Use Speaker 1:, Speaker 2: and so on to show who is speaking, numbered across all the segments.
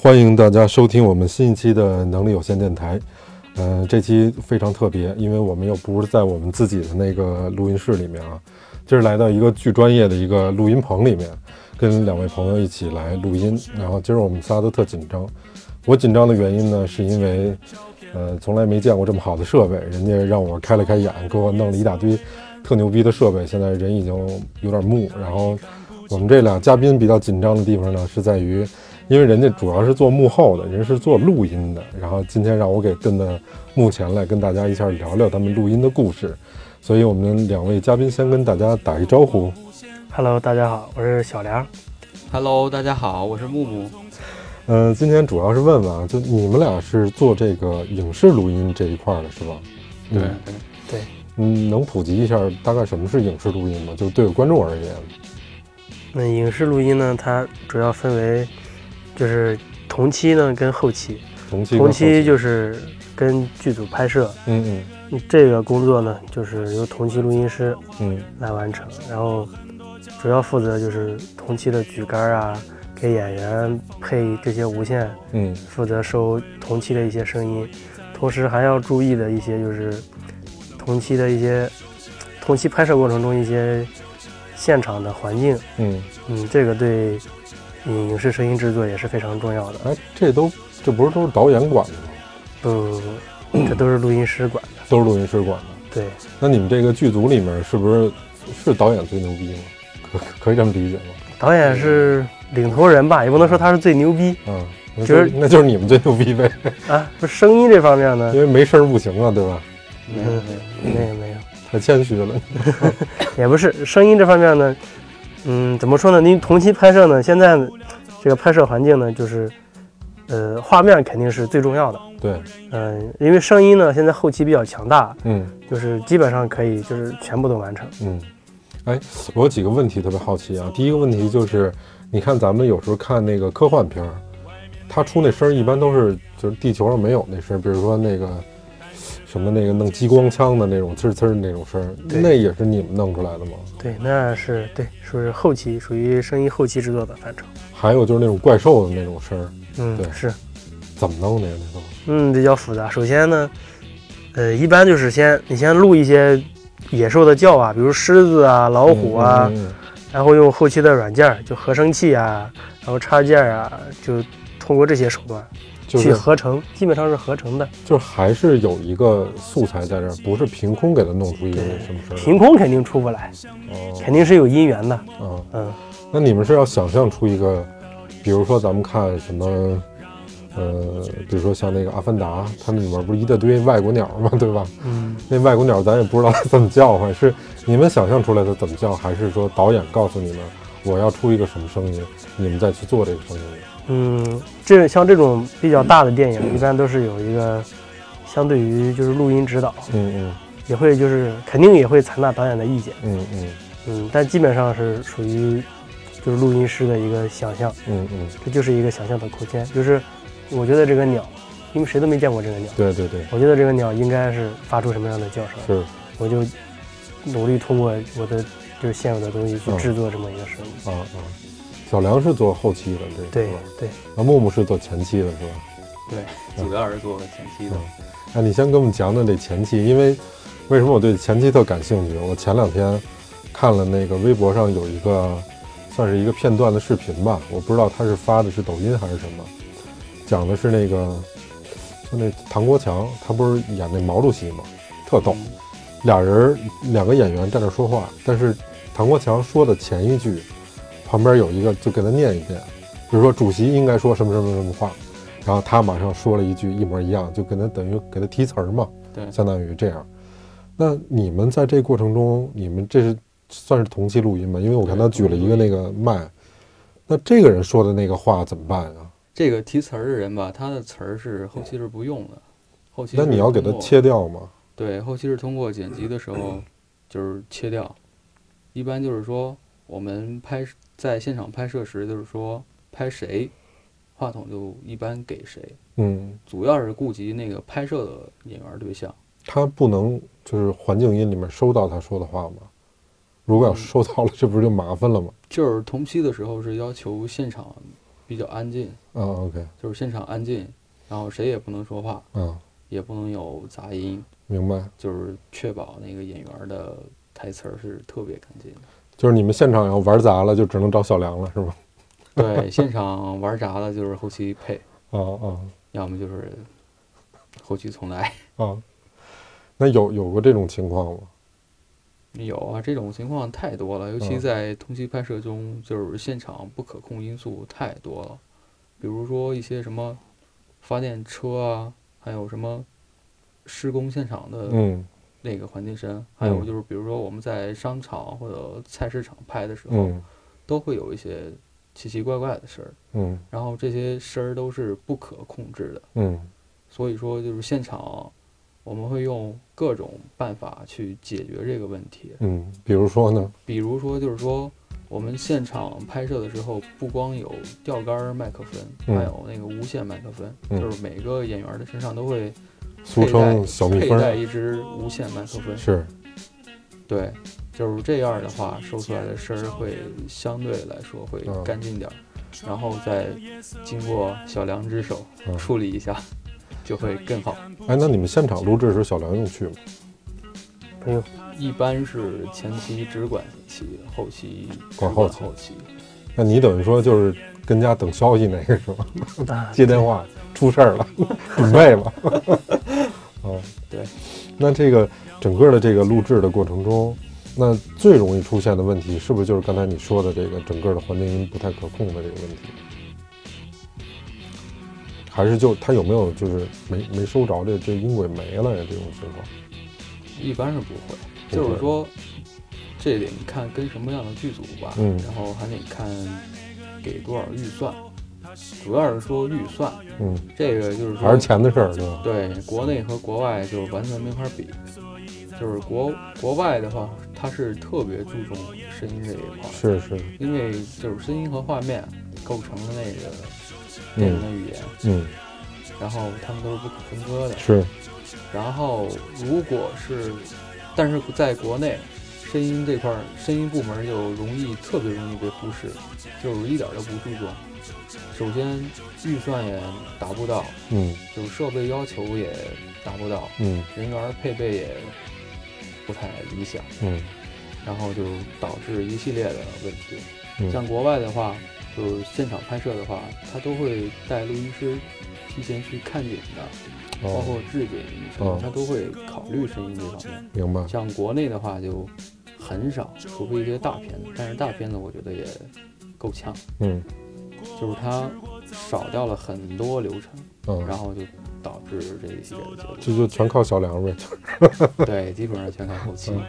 Speaker 1: 欢迎大家收听我们新一期的能力有限电台。嗯、呃，这期非常特别，因为我们又不是在我们自己的那个录音室里面啊，这是来到一个巨专业的一个录音棚里面，跟两位朋友一起来录音。然后今儿我们仨都特紧张，我紧张的原因呢，是因为呃从来没见过这么好的设备，人家让我开了开眼，给我弄了一大堆特牛逼的设备，现在人已经有点木，然后。我们这俩嘉宾比较紧张的地方呢，是在于，因为人家主要是做幕后的，人是做录音的，然后今天让我给跟到幕前来跟大家一下聊聊他们录音的故事，所以我们两位嘉宾先跟大家打一招呼。
Speaker 2: Hello，大家好，我是小梁。
Speaker 3: Hello，大家好，我是木木。
Speaker 1: 嗯、呃，今天主要是问问啊，就你们俩是做这个影视录音这一块的是吧？
Speaker 3: 对、
Speaker 1: 嗯、
Speaker 2: 对，
Speaker 1: 嗯，能普及一下大概什么是影视录音吗？就对观众而言。
Speaker 2: 那影视录音呢？它主要分为，就是同期呢跟后期。
Speaker 1: 同期
Speaker 2: 同期就是跟剧组拍摄，
Speaker 1: 嗯
Speaker 2: 嗯，这个工作呢就是由同期录音师
Speaker 1: 嗯
Speaker 2: 来完成，然后主要负责就是同期的举杆啊，给演员配这些无线，
Speaker 1: 嗯，
Speaker 2: 负责收同期的一些声音，同时还要注意的一些就是同期的一些同期拍摄过程中一些。现场的环境，
Speaker 1: 嗯
Speaker 2: 嗯，这个对嗯影视声音制作也是非常重要的。
Speaker 1: 哎，这都这不是都是导演管的吗？
Speaker 2: 不不不，这都是录音师管的。
Speaker 1: 都是录音师管的。
Speaker 2: 对，
Speaker 1: 那你们这个剧组里面是不是是导演最牛逼吗？可可以这么理解吗？
Speaker 2: 导演是领头人吧，也不能说他是最牛逼
Speaker 1: 嗯，那
Speaker 2: 就
Speaker 1: 就是是那就是你们最牛逼呗，
Speaker 2: 啊。不是声音这方面呢
Speaker 1: 因，为没声儿不行啊，对吧？
Speaker 3: 没有
Speaker 2: 嗯
Speaker 3: 没有，
Speaker 2: 没有没有，
Speaker 1: 太谦虚了。
Speaker 2: 也不是声音这方面呢，嗯，怎么说呢？您同期拍摄呢，现在这个拍摄环境呢，就是呃，画面肯定是最重要的。
Speaker 1: 对，
Speaker 2: 嗯、因为声音呢，现在后期比较强大，
Speaker 1: 嗯
Speaker 2: 就是基本上可以就是全部都完成。
Speaker 1: 嗯。哎，我有几个问题特别好奇啊。第一个问题就是，你看咱们有时候看那个科幻片儿，它出那声儿一般都是就是地球上没有那声儿，比如说那个什么那个弄激光枪的那种呲儿呲儿的那种声儿，
Speaker 2: 对
Speaker 1: 那也是你们弄出来的吗？
Speaker 2: 对，那是对，属于后期，属于声音后期制作的范畴。
Speaker 1: 还有就是那种怪兽的那种声儿，对
Speaker 2: 嗯，是，
Speaker 1: 怎么弄的呀？那都？
Speaker 2: 嗯，比较复杂。首先呢，呃，一般就是先你先录一些野兽的叫啊，比如狮子啊、老虎啊，
Speaker 1: 嗯嗯
Speaker 2: 然后用后期的软件儿，就合成器啊，然后插件儿啊，就通过这些手段
Speaker 1: 嗯就
Speaker 2: 去
Speaker 1: 是
Speaker 2: 合成，基本上是合成的。
Speaker 1: 就是还是有一个素材在这儿，不是凭空给它弄出一个什么声儿。
Speaker 2: 凭空肯定出不来，
Speaker 1: 嗯哦
Speaker 2: 肯定是有因缘的。
Speaker 1: 啊，
Speaker 2: 嗯，
Speaker 1: 那你们是要想象出一个，比如说咱们看什么，呃，比如说像那个《阿凡达》，它那里面不是一大堆外国鸟吗？ 对吧？
Speaker 2: 嗯，
Speaker 1: 那外国鸟咱也不知道它怎么叫唤，是你们想象出来的怎么叫，还是说导演告诉你们我要出一个什么声音，你们再去做这个声音？
Speaker 2: 嗯，这像这种比较大的电影，一般都是有一个相对于就是录音指导，
Speaker 1: 嗯嗯
Speaker 2: 也会就是肯定也会采纳导演的意见，
Speaker 1: 嗯嗯
Speaker 2: 嗯，但基本上是属于就是录音师的一个想象，
Speaker 1: 嗯嗯，
Speaker 2: 这就是一个想象的空间。就是我觉得这个鸟，因为谁都没见过这个鸟，
Speaker 1: 对对对，
Speaker 2: 我觉得这个鸟应该是发出什么样的叫声，
Speaker 1: 是。
Speaker 2: 我就努力通过我的就是现有的东西去
Speaker 1: 嗯
Speaker 2: 制作这么一个声
Speaker 1: 啊
Speaker 2: 音。
Speaker 1: 啊，小梁是做后期的，这个
Speaker 2: 对
Speaker 3: 嗯
Speaker 1: 是吧
Speaker 2: 对，
Speaker 1: 那木木是做前期的，是吧？
Speaker 3: 主要是做前期的。
Speaker 1: 那你先给我们讲讲这前期，因为为什么我对前期特感兴趣？我前两天看了那个微博上有一个算是一个片段的视频吧，我不知道他是发的是抖音还是什么，讲的是那个就那唐国强，他不是演那毛主席吗？特逗，俩人儿两个演员在那说话，但是唐国强说的前一句，旁边有一个就给他念一遍，比如说主席应该说什么什么什么话，然后他马上说了一句一模一样，就跟他等于给他提词儿嘛，
Speaker 3: 对
Speaker 1: 相当于这样。那你们在这过程中，你们这是算是同期录音吗？因为我看他举了一个那个麦，那这个人说的那个话怎么办啊？
Speaker 3: 这个提词儿的人吧，他的词儿是后期是不用的，后期
Speaker 1: 那你要给他
Speaker 3: 是通过
Speaker 1: 切掉吗？
Speaker 3: 对，后期是通过剪辑的时候就是切掉。一般就是说我们拍摄在现场拍摄时，就是说拍谁，话筒就一般给谁，
Speaker 1: 嗯，
Speaker 3: 主要是顾及那个拍摄的演员对象。
Speaker 1: 他不能就是环境音里面收到他说的话吗？如果要收到了，这不是就麻烦了吗？
Speaker 3: 就是同期的时候是要求现场比较安静，
Speaker 1: 啊，OK，
Speaker 3: 就是现场安静，然后谁也不能说话，
Speaker 1: 啊，
Speaker 3: 也不能有杂音，
Speaker 1: 明白。
Speaker 3: 就是确保那个演员的台词儿是特别干净的。
Speaker 1: 就是你们现场要玩砸了，就只能找小梁了，是吗？
Speaker 3: 对，现场玩砸了就是后期配，
Speaker 1: 啊啊
Speaker 3: 要么就是后期重来。
Speaker 1: 啊！那有有过这种情况吗？
Speaker 3: 有啊，这种情况太多了，尤其
Speaker 1: 嗯
Speaker 3: 在同期拍摄中，就是现场不可控因素太多了，比如说一些什么发电车啊，还有什么施工现场的
Speaker 1: 嗯
Speaker 3: 那个环境声，还有
Speaker 1: 嗯
Speaker 3: 就是比如说我们在商场或者菜市场拍的时候，
Speaker 1: 嗯
Speaker 3: 都会有一些奇奇怪怪的事儿，
Speaker 1: 嗯
Speaker 3: 然后这些声儿都是不可控制的，
Speaker 1: 嗯
Speaker 3: 所以说就是现场我们会用各种办法去解决这个问题。
Speaker 1: 嗯，比如说呢？
Speaker 3: 比如说，就是说我们现场拍摄的时候，不光有吊杆儿麦克风，
Speaker 1: 嗯
Speaker 3: 还有那个无线麦克风，
Speaker 1: 嗯
Speaker 3: 就是每个演员的身上都会
Speaker 1: 俗
Speaker 3: 佩戴
Speaker 1: 称小蜜
Speaker 3: 佩
Speaker 1: 蜂
Speaker 3: 戴
Speaker 1: 儿，
Speaker 3: 一支无线麦克风。
Speaker 1: 是
Speaker 3: 对，就是这样的话，收出来的声儿会相对来说会
Speaker 1: 嗯
Speaker 3: 干净点儿，然后再经过小梁之手
Speaker 1: 嗯
Speaker 3: 处理一下，就会更好。
Speaker 1: 哎，那你们现场录制的时候，小梁用去吗？
Speaker 2: 不用，
Speaker 3: 一般是前期只管前期，后期只
Speaker 1: 管
Speaker 3: 管
Speaker 1: 后期
Speaker 3: 后期。
Speaker 1: 那你等于说就是跟家等消息那个是吧？
Speaker 3: 嗯
Speaker 2: 啊，
Speaker 1: 接电话出事儿了， 准备吧。 啊，
Speaker 3: 对。
Speaker 1: 那这个整个的这个录制的过程中，那最容易出现的问题，是不是就是刚才你说的这个整个的环境音不太可控的这个问题？还是就它有没有就是没没收着这这音轨没了呀这种情况？
Speaker 3: 一般是不会，
Speaker 1: 不
Speaker 3: 就
Speaker 1: 会
Speaker 3: 是说，这得你看跟什么样的剧组吧，
Speaker 1: 嗯
Speaker 3: 然后还得看给多少预算，主要是说预算，
Speaker 1: 嗯，
Speaker 3: 这个就是说
Speaker 1: 还是钱的事儿是吧？
Speaker 3: 对国内和国外就完全没法比，就是国国外的话，它是特别注重声音这一块儿，
Speaker 1: 是是，
Speaker 3: 因为就是声音和画面构成了那个电影
Speaker 1: 嗯
Speaker 3: 的语言，
Speaker 1: 嗯
Speaker 3: 然后他们都是不可分割的，
Speaker 1: 是，
Speaker 3: 然后如果是，但是在国内，声音这块儿，声音部门就容易特别容易被忽视，就是一点儿都不注重。首先预算也达不到，
Speaker 1: 嗯
Speaker 3: 就是设备要求也达不到，
Speaker 1: 嗯
Speaker 3: 人员配备也不太理想，
Speaker 1: 嗯
Speaker 3: 然后就导致一系列的问题。
Speaker 1: 嗯
Speaker 3: 像国外的话，就是现场拍摄的话，他都会带录音师提前去看景的，包
Speaker 1: 哦，
Speaker 3: 括置景什么
Speaker 1: 哦，
Speaker 3: 他都会考虑声音这方面。
Speaker 1: 明白。
Speaker 3: 像国内的话就很少，除非一些大片子，但是大片子我觉得也够呛，
Speaker 1: 嗯
Speaker 3: 就是它少掉了很多流程，
Speaker 1: 嗯
Speaker 3: 然，后就导致这一系列的结
Speaker 1: 这就全靠小梁呗。
Speaker 3: 果。对，基本上全看后期。
Speaker 1: 嗯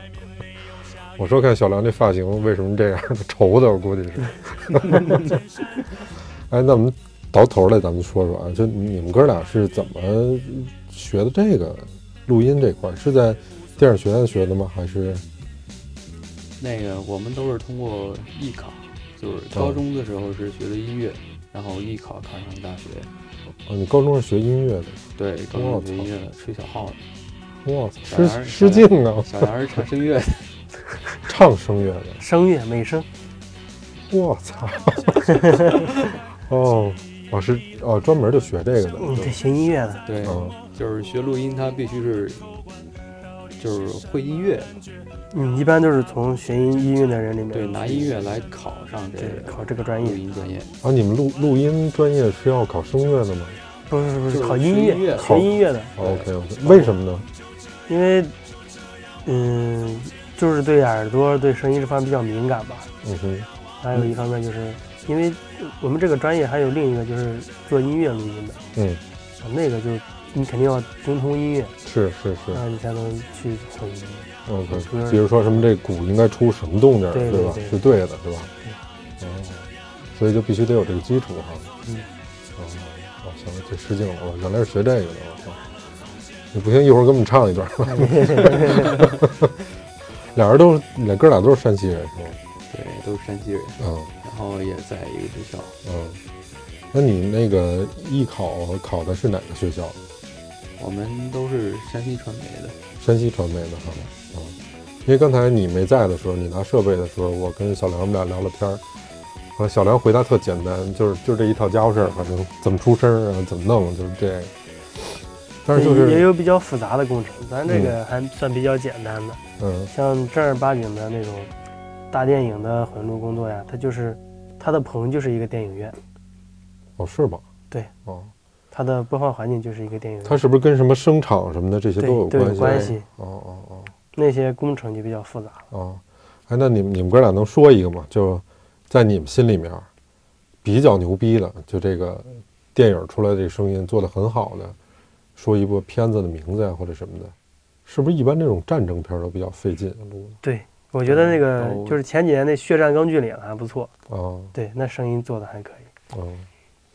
Speaker 1: 我说看小梁这发型为什么这样？ 愁的，我估计是。 哎，那我们到头来咱们说说啊，就你们哥俩是怎么学的这个录音这块儿？是在电影学院学的吗？还是
Speaker 3: 那个我们都是通过艺考，就是
Speaker 2: 哦
Speaker 3: 高中的时候是学的音乐，然后艺考考上大学。
Speaker 1: 啊？你高中是学音乐的？
Speaker 3: 对，高
Speaker 1: 我
Speaker 2: 哦
Speaker 3: 中学
Speaker 1: 操
Speaker 3: 音乐的，吹小号的，
Speaker 1: 哇塞，
Speaker 3: 小梁
Speaker 1: 失失敬啊！
Speaker 3: 小梁是唱声乐的。
Speaker 1: 唱声乐的，
Speaker 2: 声乐美声，
Speaker 1: 我 操！哦，哦是哦，专门就学这个的，
Speaker 2: 嗯，对，学音乐的，
Speaker 3: 对，
Speaker 1: 嗯
Speaker 3: 就是学录音，它必须是就是会音乐，
Speaker 2: 嗯，一般都是从学音音乐的人里面
Speaker 3: 对，拿音乐来考上这
Speaker 2: 嗯对
Speaker 3: 个
Speaker 2: 考这个专
Speaker 3: 录
Speaker 2: 业，
Speaker 3: 音专业。
Speaker 1: 啊，你们录录音专业是要考声乐的吗
Speaker 2: 不是不
Speaker 3: 就是是
Speaker 2: 考
Speaker 3: 学
Speaker 2: 音
Speaker 3: 音乐
Speaker 2: 乐，学音乐的，
Speaker 1: ？OK OK，为什么呢？
Speaker 2: 因为嗯，就是对耳朵对声音这方面比较敏感吧，
Speaker 1: 嗯哼，
Speaker 2: 还有一方面就是因为我们这个专业还有另一个就是做音乐录音的，
Speaker 1: 嗯，
Speaker 2: 啊那个就是你肯定要精通音乐，
Speaker 1: 是是是
Speaker 2: 那你才能去混音。
Speaker 1: ，OK。比如说什么这鼓应该出什么动静儿，
Speaker 2: 对
Speaker 1: 是吧？
Speaker 2: 对对
Speaker 1: 是对的，是吧？哦，所以就必须得有这个基础哈。
Speaker 2: 嗯
Speaker 1: 哦，哦，行了，这失敬了，我原来是学这个的，我操！你不行，一会儿给我们唱一段。 俩人都是，俩哥俩都是山西人，是吧？
Speaker 2: 嗯
Speaker 3: 对，都是山西人，
Speaker 1: 嗯
Speaker 3: 然后也在一个学校，
Speaker 1: 嗯。那你那个艺考考的是哪个学校？
Speaker 3: 我们都是山西传媒的。
Speaker 1: 山西传媒的哈，啊，因为刚才你没在的时候，你拿设备的时候，我跟小梁我们俩聊了天儿，啊，小梁回答特简单，就是就这一套家伙事儿，反正怎么出声儿啊，怎么弄，就是这个。但是就嗯
Speaker 2: 也
Speaker 1: 是，
Speaker 2: 有比较复杂的工程，咱这个还算比较简单的，
Speaker 1: 嗯
Speaker 2: 像正儿八经的那种大电影的混录工作呀，它就是它的棚就是一个电影院，
Speaker 1: 哦，是吧？
Speaker 2: 对，
Speaker 1: 哦，
Speaker 2: 它的播放环境就是一个电影
Speaker 1: 它
Speaker 2: 院，
Speaker 1: 是不是跟什么声场什么的这些
Speaker 2: 对
Speaker 1: 都有
Speaker 2: 都
Speaker 1: 关
Speaker 2: 有
Speaker 1: 系？
Speaker 2: 关系。
Speaker 1: 哦哦哦
Speaker 2: 那些工程就比较复杂了。
Speaker 1: 哦，哎，那你们你们哥俩能说一个吗？就在你们心里面比较牛逼的，就这个电影出来这声音做的很好的，说一部片子的名字呀、或者什么的，是不是一般这种战争片儿都比较费劲录
Speaker 2: 对，我觉得那个
Speaker 3: 嗯
Speaker 2: 就是前几年那《血战钢锯岭》还不错，
Speaker 1: 的？哦，
Speaker 2: 对，那声音做的还可以，
Speaker 1: 哦。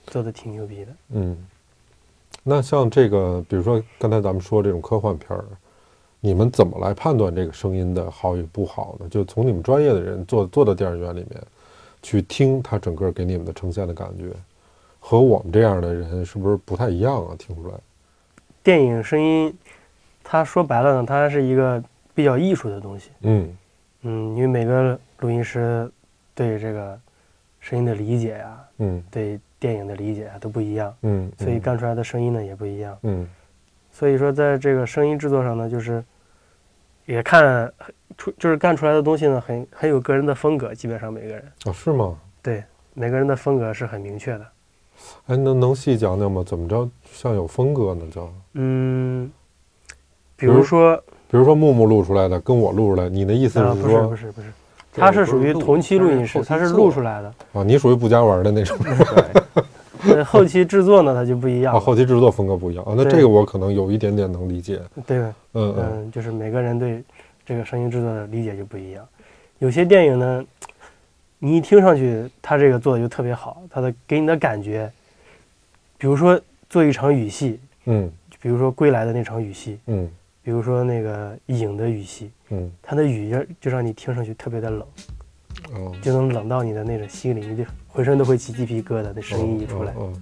Speaker 2: 做的挺牛逼的。
Speaker 1: 嗯，那像这个，比如说刚才咱们说这种科幻片儿，你们怎么来判断这个声音的好与不好呢？就从你们专业的人坐坐到电影院里面去听它整个给你们的呈现的感觉，和我们这样的人是不是不太一样啊？听出来？
Speaker 2: 电影声音，它说白了呢，它是一个比较艺术的东西。
Speaker 1: 嗯
Speaker 2: 嗯，因为每个录音师对这个声音的理解呀、
Speaker 1: 嗯
Speaker 2: 对电影的理解啊都不一样，
Speaker 1: 嗯，
Speaker 2: 所以
Speaker 1: 嗯
Speaker 2: 干出来的声音呢也不一样。
Speaker 1: 嗯
Speaker 2: 所以说，在这个声音制作上呢，就是也看出，就是干出来的东西呢，很很有个人的风格，基本上每个人
Speaker 1: 哦是吗？
Speaker 2: 对每个人的风格是很明确的。
Speaker 1: 哎，能能细讲讲吗？怎么着像有风格呢？就
Speaker 2: 嗯，
Speaker 1: 比
Speaker 2: 比
Speaker 1: 如
Speaker 2: 如说，
Speaker 1: 比如说木木录出来的跟我录出来，你的意思
Speaker 2: 啊，
Speaker 1: 是
Speaker 2: 不是
Speaker 1: 说
Speaker 2: 不是不是，它是属于同期录音室，它是录出
Speaker 3: 来
Speaker 2: 来的。
Speaker 1: 啊，你属于不加玩儿的那种？
Speaker 3: 的。
Speaker 2: 呃，后期制作呢，它就不一样
Speaker 1: 啊，
Speaker 2: 了。
Speaker 1: 后期制作风格不一样啊，那
Speaker 2: 对
Speaker 1: 这个我可能有一点点能理解。
Speaker 2: 对吧？
Speaker 1: 嗯嗯
Speaker 2: 嗯，就是每个人对这个声音制作的理解就不一样。有些电影呢，你一听上去，它这个做的就特别好，它的给你的感觉，比如说做一场雨戏，
Speaker 1: 嗯
Speaker 2: 比如说归来的那场雨戏，
Speaker 1: 嗯
Speaker 2: 比如说那个影的雨戏，
Speaker 1: 嗯
Speaker 2: 它的雨就就让你听上去特别的冷，
Speaker 1: 哦，
Speaker 2: 就能冷到你的那种心里，你就浑身都会起鸡皮疙瘩，那声音一出来
Speaker 1: 哦，哦哦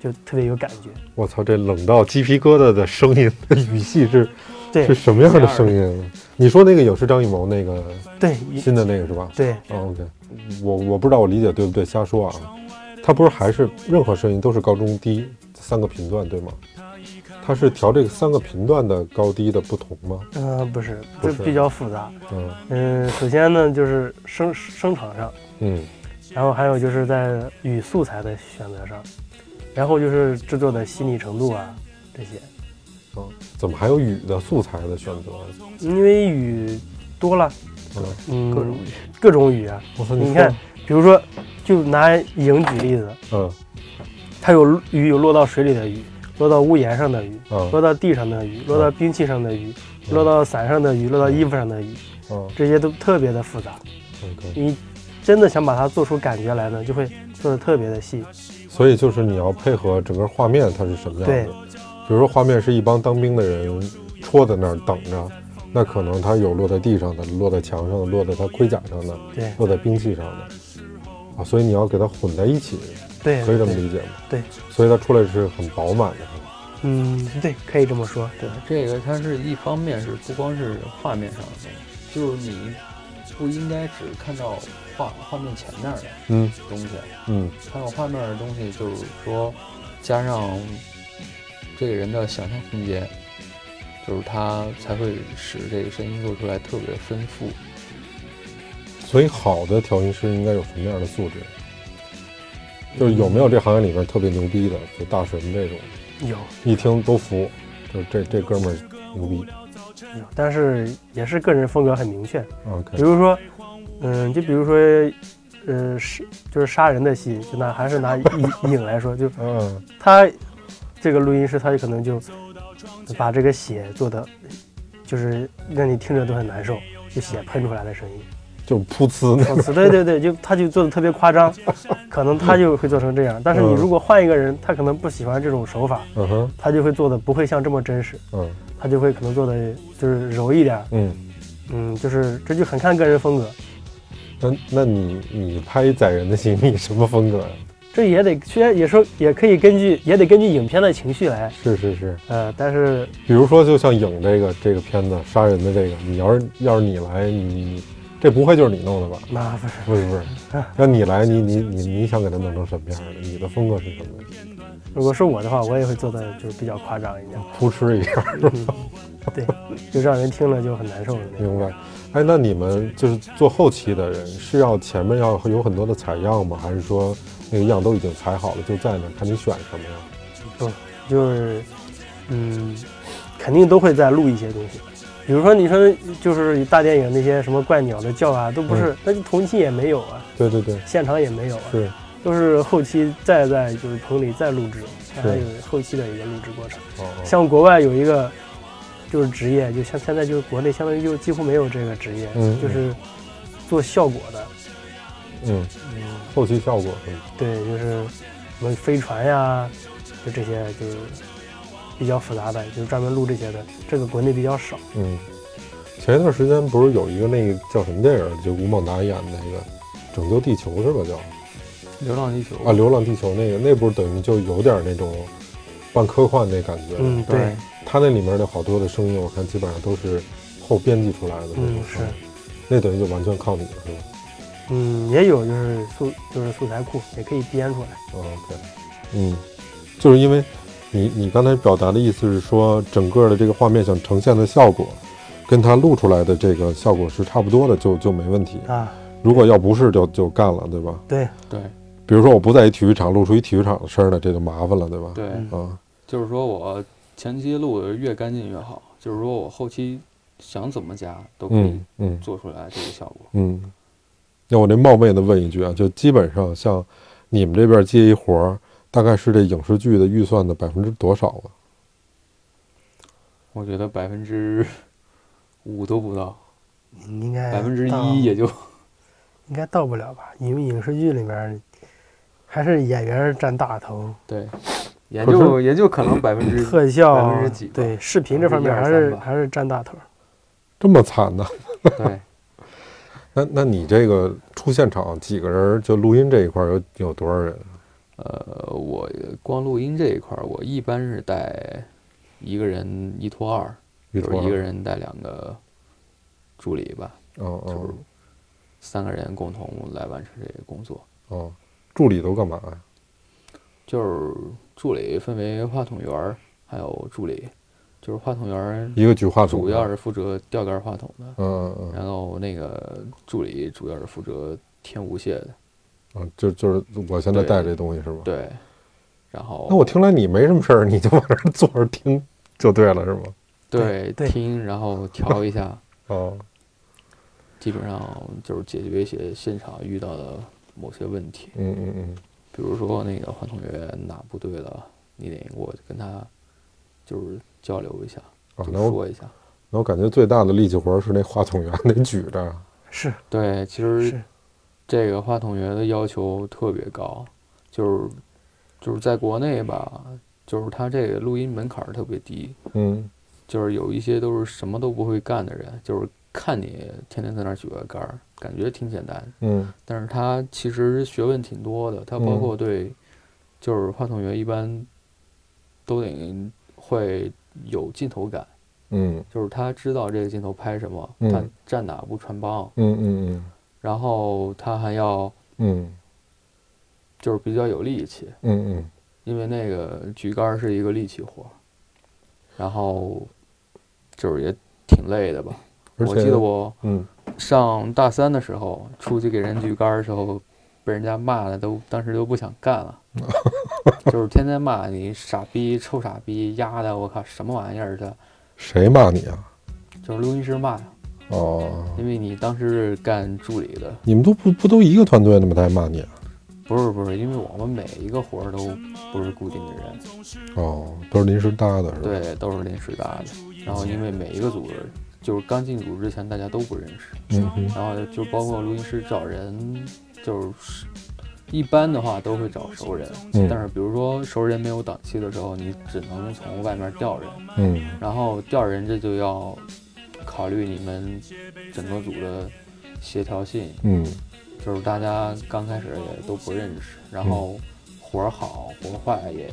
Speaker 2: 就特别有感觉。
Speaker 1: 我操，这冷到鸡皮疙瘩的声音 语系是
Speaker 2: 对
Speaker 1: 是什么样的声音？啊你说那个也是张艺谋那个
Speaker 2: 对
Speaker 1: 新的那个是吧？
Speaker 2: 对，
Speaker 1: 哦 OK，我我不知道我理解对不对，瞎说啊。它不是还是任何声音都是高中低三个频段对吗？它是调这个三个频段的高低的不同吗？
Speaker 2: 嗯、不是，
Speaker 1: 不
Speaker 2: 这
Speaker 1: 是
Speaker 2: 比较复杂。
Speaker 1: 嗯
Speaker 2: 嗯，首先呢，就是声声场上，
Speaker 1: 嗯
Speaker 2: 然后还有就是在与素材的选择上，然后就是制作的细腻程度啊这些，
Speaker 1: 哦，怎么还有雨的素材的选择？啊
Speaker 2: 因为雨多了，
Speaker 1: 嗯，
Speaker 2: 嗯，
Speaker 3: 各种
Speaker 2: 各种 雨啊，
Speaker 1: 我操，
Speaker 2: 你
Speaker 1: 说
Speaker 2: 看，比如说就拿影举例子，
Speaker 1: 嗯
Speaker 2: 它有雨有落到水里的雨，落到屋檐上的雨，
Speaker 1: 嗯
Speaker 2: 落到地上的雨，落到兵器上的雨，
Speaker 1: 嗯
Speaker 2: 落到伞上的雨，落到衣服上的雨，
Speaker 1: 嗯
Speaker 2: 这些都特别的复杂，
Speaker 1: ，OK。
Speaker 2: 你真的想把它做出感觉来呢，就会做的特别的细，
Speaker 1: 啊所以就是你要配合整个画面它是什么样
Speaker 2: 对
Speaker 1: 的。比如说画面是一帮当兵的人戳在那儿等着，那可能它有落在地上的，落在墙上的，落在他盔甲上的，
Speaker 2: 对
Speaker 1: 落在兵器上的。啊，所以你要给它混在一起，
Speaker 2: 对，
Speaker 1: 可以这么
Speaker 2: 对
Speaker 1: 理解吗？
Speaker 2: 对，
Speaker 1: 所以它出来是很饱满的。
Speaker 2: 嗯，对，可以这么说。
Speaker 3: 对，这个它是一方面是不光是画面上的东西，就是你不应该只看到画画面前面的
Speaker 1: 嗯
Speaker 3: 东西，
Speaker 1: 嗯
Speaker 3: 看到画面的东西就是说加上这个人的想象空间，就是他才会使这个声音做出来特别丰富。
Speaker 1: 所以好的调音师应该有什么样的素质？就是有没有这行业里面特别牛逼的，就大神这种，
Speaker 2: 有
Speaker 1: 一听都服，就是这这哥们儿牛逼。
Speaker 2: 有，但是也是个人风格很明确。比
Speaker 1: OK，
Speaker 2: 如说，嗯，就比如说，呃，是就是杀人的戏，就拿还是 拿影影来说，就
Speaker 1: 嗯。
Speaker 2: 他这个录音师，他就可能就把这个血做的，就是让你听着都很难受，就血喷出来的声音。
Speaker 1: 就噗呲那
Speaker 2: 哦，此对对对，就他就做的特别夸张， 可能他就会做成这样。但是你
Speaker 1: 嗯
Speaker 2: 如果换一个人，他可能不喜欢这种手法，
Speaker 1: 嗯哼，
Speaker 2: 他就会做的不会像这么真实。
Speaker 1: 嗯
Speaker 2: 他就会可能做的就是柔一点儿，
Speaker 1: 嗯，
Speaker 2: 嗯，就是这就很看个人风格，
Speaker 1: 那那你你拍一宰人的戏，你什么风格啊呀、
Speaker 2: 这也得虽然也说也可以根据也得根据影片的情绪来，
Speaker 1: 是是是，
Speaker 2: 呃，但是
Speaker 1: 比如说就像影这个这个片子杀人的这个，你要是要是你来，你这不会就是你弄的吧？
Speaker 2: 那不是
Speaker 1: 不是不是，那你来，你你你你想给它弄成什么样的？你的风格是什么样的？
Speaker 2: 如果是我的话，我也会做的就是比较夸张一点，
Speaker 1: 扑哧一下，
Speaker 2: 对， 就让人听了就很难受的那种。
Speaker 1: 明白？哎，那你们就是做后期的人，是要前面要有很多的采样吗？还是说那个样都已经采好了就在那儿，看你选什么呀？
Speaker 2: 就是，嗯，肯定都会再录一些东西。比如说，你说就是大电影那些什么怪鸟的叫啊，都不是，那、同期也没有啊，
Speaker 1: 对对对，
Speaker 2: 现场也没有啊，
Speaker 1: 嗯是。
Speaker 2: 都是后期再在就是棚里再录制，它还
Speaker 1: 对
Speaker 2: 有后期的一个录制过程。
Speaker 1: 哦哦
Speaker 2: 像国外有一个就是职业，就像现在就是国内相当于就几乎没有这个职业，
Speaker 1: 嗯
Speaker 2: 就是做效果的，
Speaker 1: 嗯，
Speaker 2: 嗯，
Speaker 1: 后期效果嗯
Speaker 2: 对，就是什么飞船呀，就这些就是比较复杂的，就是专门录这些的，这个国内比较少。
Speaker 1: 嗯。前一段时间不是有一个那个叫什么电影，就吴孟达演的那个《拯救地球》是吧？叫
Speaker 3: 流浪地球
Speaker 1: 啊，《流浪地球》那个，那不是等于就有点那种半科幻那感觉？
Speaker 2: 嗯，对，
Speaker 1: 它那里面的好多的声音，我看基本上都是后编辑出来的那种
Speaker 2: 嗯
Speaker 1: 声音，那等于就完全靠你了，是吧？
Speaker 2: 嗯，也有就是素就是素材库也可以编出来。
Speaker 1: 嗯 OK，嗯，就是因为你你刚才表达的意思是说，整个的这个画面想呈现的效果，跟它录出来的这个效果是差不多的，就就没问题。
Speaker 2: 啊，
Speaker 1: 如果要不是就就干了，对吧？
Speaker 2: 对，
Speaker 3: 对
Speaker 1: 比如说我不在一体育场录出一体育场的声儿来，这就麻烦了，对吧？
Speaker 3: 对、
Speaker 2: 嗯
Speaker 1: 啊，
Speaker 3: 就是说我前期录的越干净越好，就是说我后期想怎么加都可以
Speaker 1: 嗯嗯
Speaker 3: 做出来这个效果。
Speaker 1: 嗯。那我这冒昧的问一句啊，就基本上像你们这边接一活儿，大概是这影视剧的预算的百分之多少啊？
Speaker 3: 我觉得百分之五都不到，
Speaker 2: 你应该
Speaker 3: 百分之
Speaker 2: 哎到
Speaker 3: 一也就
Speaker 2: 应该到不了吧？因为影视剧里面还是演员占大头，
Speaker 3: 对，也
Speaker 1: 可是
Speaker 3: 就也就可能百分之
Speaker 2: 特效
Speaker 3: 百分之几吧
Speaker 2: 对视频这方面还
Speaker 3: 百分
Speaker 2: 是
Speaker 3: 之一二三吧
Speaker 2: 还是占大头。
Speaker 1: 这么惨 呢、
Speaker 3: 对，
Speaker 1: 那那你这个出现场几个人？就录音这一块儿有有多少人？
Speaker 3: 呃，我光录音这一块儿，我一般是带一个人一拖二，
Speaker 1: 一
Speaker 3: 就
Speaker 1: 坨
Speaker 3: 是一个人带两个助理吧，
Speaker 1: 哦
Speaker 3: 就
Speaker 1: 哦
Speaker 3: 是三个人共同来完成这个工作。
Speaker 1: 哦，助理都干嘛呀？
Speaker 3: 就是助理分为话筒员儿，还有助理，就是话筒员儿
Speaker 1: 一个举话筒的，
Speaker 3: 主要是负责吊杆话筒的，
Speaker 1: 嗯嗯
Speaker 3: 然后那个助理主要是负责添无线的，
Speaker 1: 嗯，就就是我现在
Speaker 3: 对
Speaker 1: 带这东西是吧？。
Speaker 3: 对。然
Speaker 1: 嗯
Speaker 3: 后
Speaker 1: 那我听来你没什么事儿，你就往这儿坐着听就对了是吗？
Speaker 3: 对
Speaker 2: 对
Speaker 3: 听，然后调一下，
Speaker 1: 哦，
Speaker 3: 基本上就是解决一些现场遇到的某些问题，
Speaker 1: 嗯嗯嗯，
Speaker 3: 比如说那个话筒员哪不对了，你得我跟他就是交流一下，
Speaker 1: 啊，
Speaker 3: 就
Speaker 1: 那我
Speaker 3: 说一下。
Speaker 1: 那我感觉最大的力气活儿是那话筒员得举着，
Speaker 2: 是
Speaker 3: 对，其
Speaker 2: 是
Speaker 3: 实，这个话筒员的要求特别高，就是就是在国内吧，就是他这个录音门槛儿特别低，
Speaker 1: 嗯
Speaker 3: 就是有一些都是什么都不会干的人，就是看你天天在那儿举个杆儿，感觉挺简单，
Speaker 1: 嗯
Speaker 3: 但是他其实学问挺多的，他包
Speaker 1: 嗯
Speaker 3: 括对，就是话筒员一般都得会有镜头感，
Speaker 1: 嗯
Speaker 3: 就是他知道这个镜头拍什么，
Speaker 1: 嗯
Speaker 3: 他站哪不穿帮，
Speaker 1: 嗯嗯
Speaker 3: 然后他还要
Speaker 1: 嗯
Speaker 3: 就是比较有力气，
Speaker 1: 嗯嗯
Speaker 3: 因为那个举杆儿是一个力气活儿，然后就是也挺累的吧。
Speaker 1: 而
Speaker 3: 我
Speaker 1: 且
Speaker 3: 记得我
Speaker 1: 嗯
Speaker 3: 上大三的时候出去给人举杆儿的时候，被人家骂的都当时都不想干 了，就是天天骂你傻逼、臭傻逼、丫的，我靠什么玩意儿的，
Speaker 1: 谁骂你啊？
Speaker 3: 就是录音师骂的，
Speaker 1: 哦，
Speaker 3: 因为你当时是干助理的，
Speaker 1: 你们都不不都一个团队的吗？他还骂你啊？
Speaker 3: 不是不是，因为我们每一个活儿都不是固定的人，
Speaker 1: 哦，都是临时搭的是吧？
Speaker 3: 对，都是临时搭的。然后因为每一个组的，就是刚进组之前大家都不认识，
Speaker 1: 嗯哼，
Speaker 3: 然后就包括录音师找人，就是一般的话都会找熟人，
Speaker 1: 嗯
Speaker 3: 但是比如说熟人没有档期的时候，你只能从外面调人，
Speaker 1: 嗯
Speaker 3: 然后调人这就要考虑你们整个组的协调性，
Speaker 1: 嗯
Speaker 3: 就是大家刚开始也都不认识，然后活儿好活儿坏也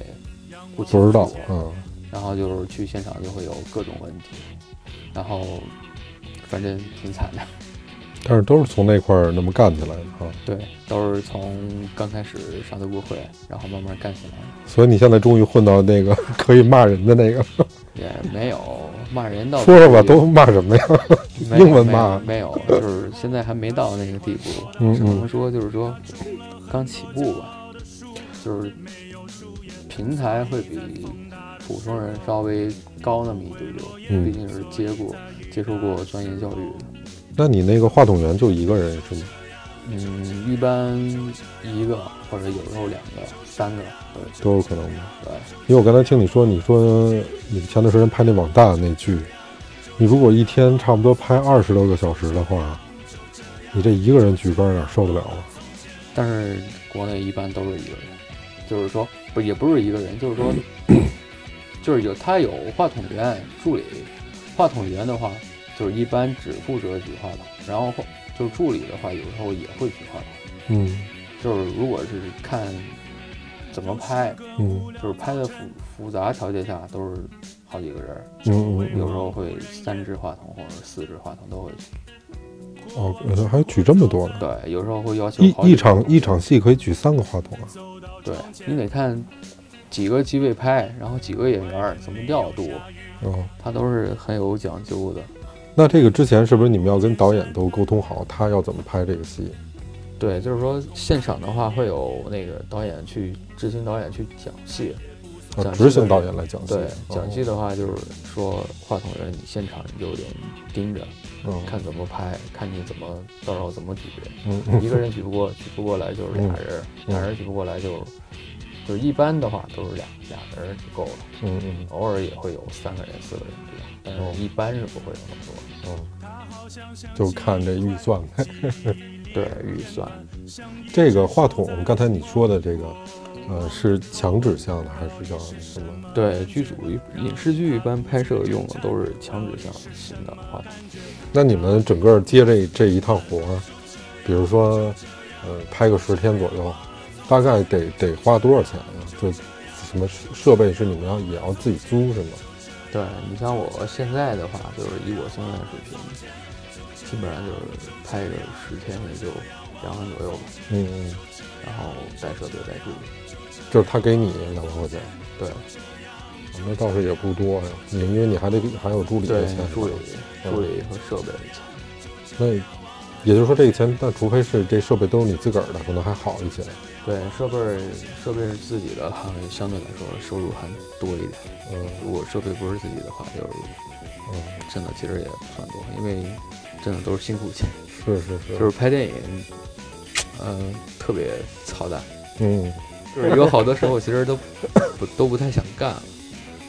Speaker 3: 嗯不清
Speaker 1: 不知道
Speaker 3: 楚，
Speaker 1: 嗯
Speaker 3: 然后就是去现场就会有各种问题，然后反正挺惨的。
Speaker 1: 但是都是从那块儿那么干起来的啊。
Speaker 3: 对，都是从刚开始沙特国会，然后慢慢干起来的，
Speaker 1: 所以你现在终于混到那个 可以骂人的那个，
Speaker 3: 也没有骂人到
Speaker 1: 说说吧，都骂什么呀？
Speaker 3: 没有
Speaker 1: 英文骂
Speaker 3: 没有，没有，就是现在还没到那个地步，
Speaker 1: 嗯
Speaker 3: 只能说就是说刚起步吧，就是平台会比普通人稍微高那么一丢丢，
Speaker 1: 嗯
Speaker 3: 毕竟是接过接受过专业教育的。
Speaker 1: 那你那个话筒员就一个人是吗？
Speaker 3: 嗯，一般一个或者有时候两个、三个，对
Speaker 1: 都有可能吗？
Speaker 3: 对，
Speaker 1: 因为我刚才听你说，你说你前段时间拍那网大那剧，你如果一天差不多拍二十多个小时的话，你这一个人举杆哪受得了啊？
Speaker 3: 但是国内一般都是一个人，就是说不也不是一个人，就 是说，就是有他有话筒员助理，话筒员的话就是一般只负责举话筒，然后就是助理的话有时候也会举话筒，
Speaker 1: 嗯
Speaker 3: 就是如果是看怎么拍，
Speaker 1: 嗯
Speaker 3: 就是拍的复复杂条件下都是好几个人，
Speaker 1: 嗯嗯，
Speaker 3: 有时候会三支话筒或者四支话筒都会举，
Speaker 1: 哦，呃还举这么多呢？
Speaker 3: 对，有时候会要求
Speaker 1: 一
Speaker 3: 好几
Speaker 1: 一
Speaker 3: 个
Speaker 1: 场一场戏可以举三个话筒啊？
Speaker 3: 对你得看几个机位拍，然后几个演员儿怎么调度，
Speaker 1: 哦，
Speaker 3: 它都是很有讲究的。
Speaker 1: 那这个之前是不是你们要跟导演都沟通好，他要怎么拍这个戏？
Speaker 3: 对，就是说现场的话会有那个导演去执行导演去讲戏，
Speaker 1: 啊
Speaker 3: 讲，戏
Speaker 1: 执行导演来讲戏哦
Speaker 3: 对，，讲戏
Speaker 1: 的，
Speaker 3: 的话就是说话筒人你现场你就得盯着，
Speaker 1: 嗯
Speaker 3: 看怎么拍，看你怎么到时候怎么举，
Speaker 1: 嗯嗯
Speaker 3: 一个人举不过举不过来就是俩人，
Speaker 1: 嗯
Speaker 3: 俩人举不过来就就是一般的话都是俩俩人就够了，
Speaker 1: 嗯嗯
Speaker 3: 偶尔也会有三个人四个人这样，
Speaker 1: 哦
Speaker 3: 但是一般是不会有那么多。
Speaker 1: 嗯，就看这预算呗。
Speaker 3: 对预算，
Speaker 1: 这个话筒，刚才你说的这个，呃，是强指向的还是叫什么？
Speaker 3: 对剧组影视剧一般拍摄用的都是强指向型的话筒。
Speaker 1: 那你们整个接这这一趟活儿，比如说，呃，拍个十天左右，大概得得花多少钱呀、就什么设设备是你们要也要自己租是吗？
Speaker 3: 对你像我现在的话，就是以我现在的水平，基本上就是拍个十天也就两万左右吧，
Speaker 1: 嗯，嗯，
Speaker 3: 然后带设备带助理。
Speaker 1: 就是他给你两万块钱，
Speaker 3: 对
Speaker 1: 那倒是也不多呀、你因为你还得还有助理的
Speaker 3: 对
Speaker 1: 钱，，
Speaker 3: 助理
Speaker 1: 嗯
Speaker 3: 助理和设备的钱。
Speaker 1: 那也就是说这个钱，但除非是这设备都是你自个儿的，可能还好一些。
Speaker 3: 对设备设备是自己的，话，相对来说收入还多一点。
Speaker 1: 嗯
Speaker 3: 如果设备不是自己的话，就是
Speaker 1: 嗯，
Speaker 3: 挣的其实也不算多，因为挣的都是辛苦钱。
Speaker 1: 是是是，
Speaker 3: 就是拍电影，嗯、特别操蛋，
Speaker 1: 嗯。
Speaker 3: 就是有好多时候其实都不都不太想干，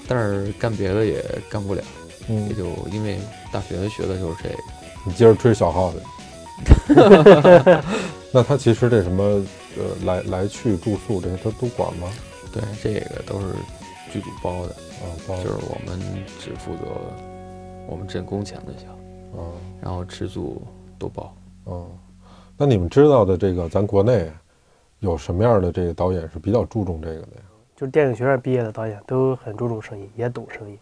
Speaker 3: 但是干别的也干不了，
Speaker 1: 嗯
Speaker 3: 也就因为大学学的就是这个。
Speaker 1: 你接着吹小号去。 那他其实这什么，呃，来来去住宿这些他都管吗？
Speaker 3: 对，这个都是剧组包的，
Speaker 1: 啊，包
Speaker 3: 就是我们只负责我们挣工钱就行，
Speaker 1: 啊
Speaker 3: 然后吃住都包。
Speaker 1: 啊。那你们知道的这个，咱国内有什么样的这个导演是比较注重这个的呀？
Speaker 2: 就是电影学院毕业的导演都很注重声音，也懂声音。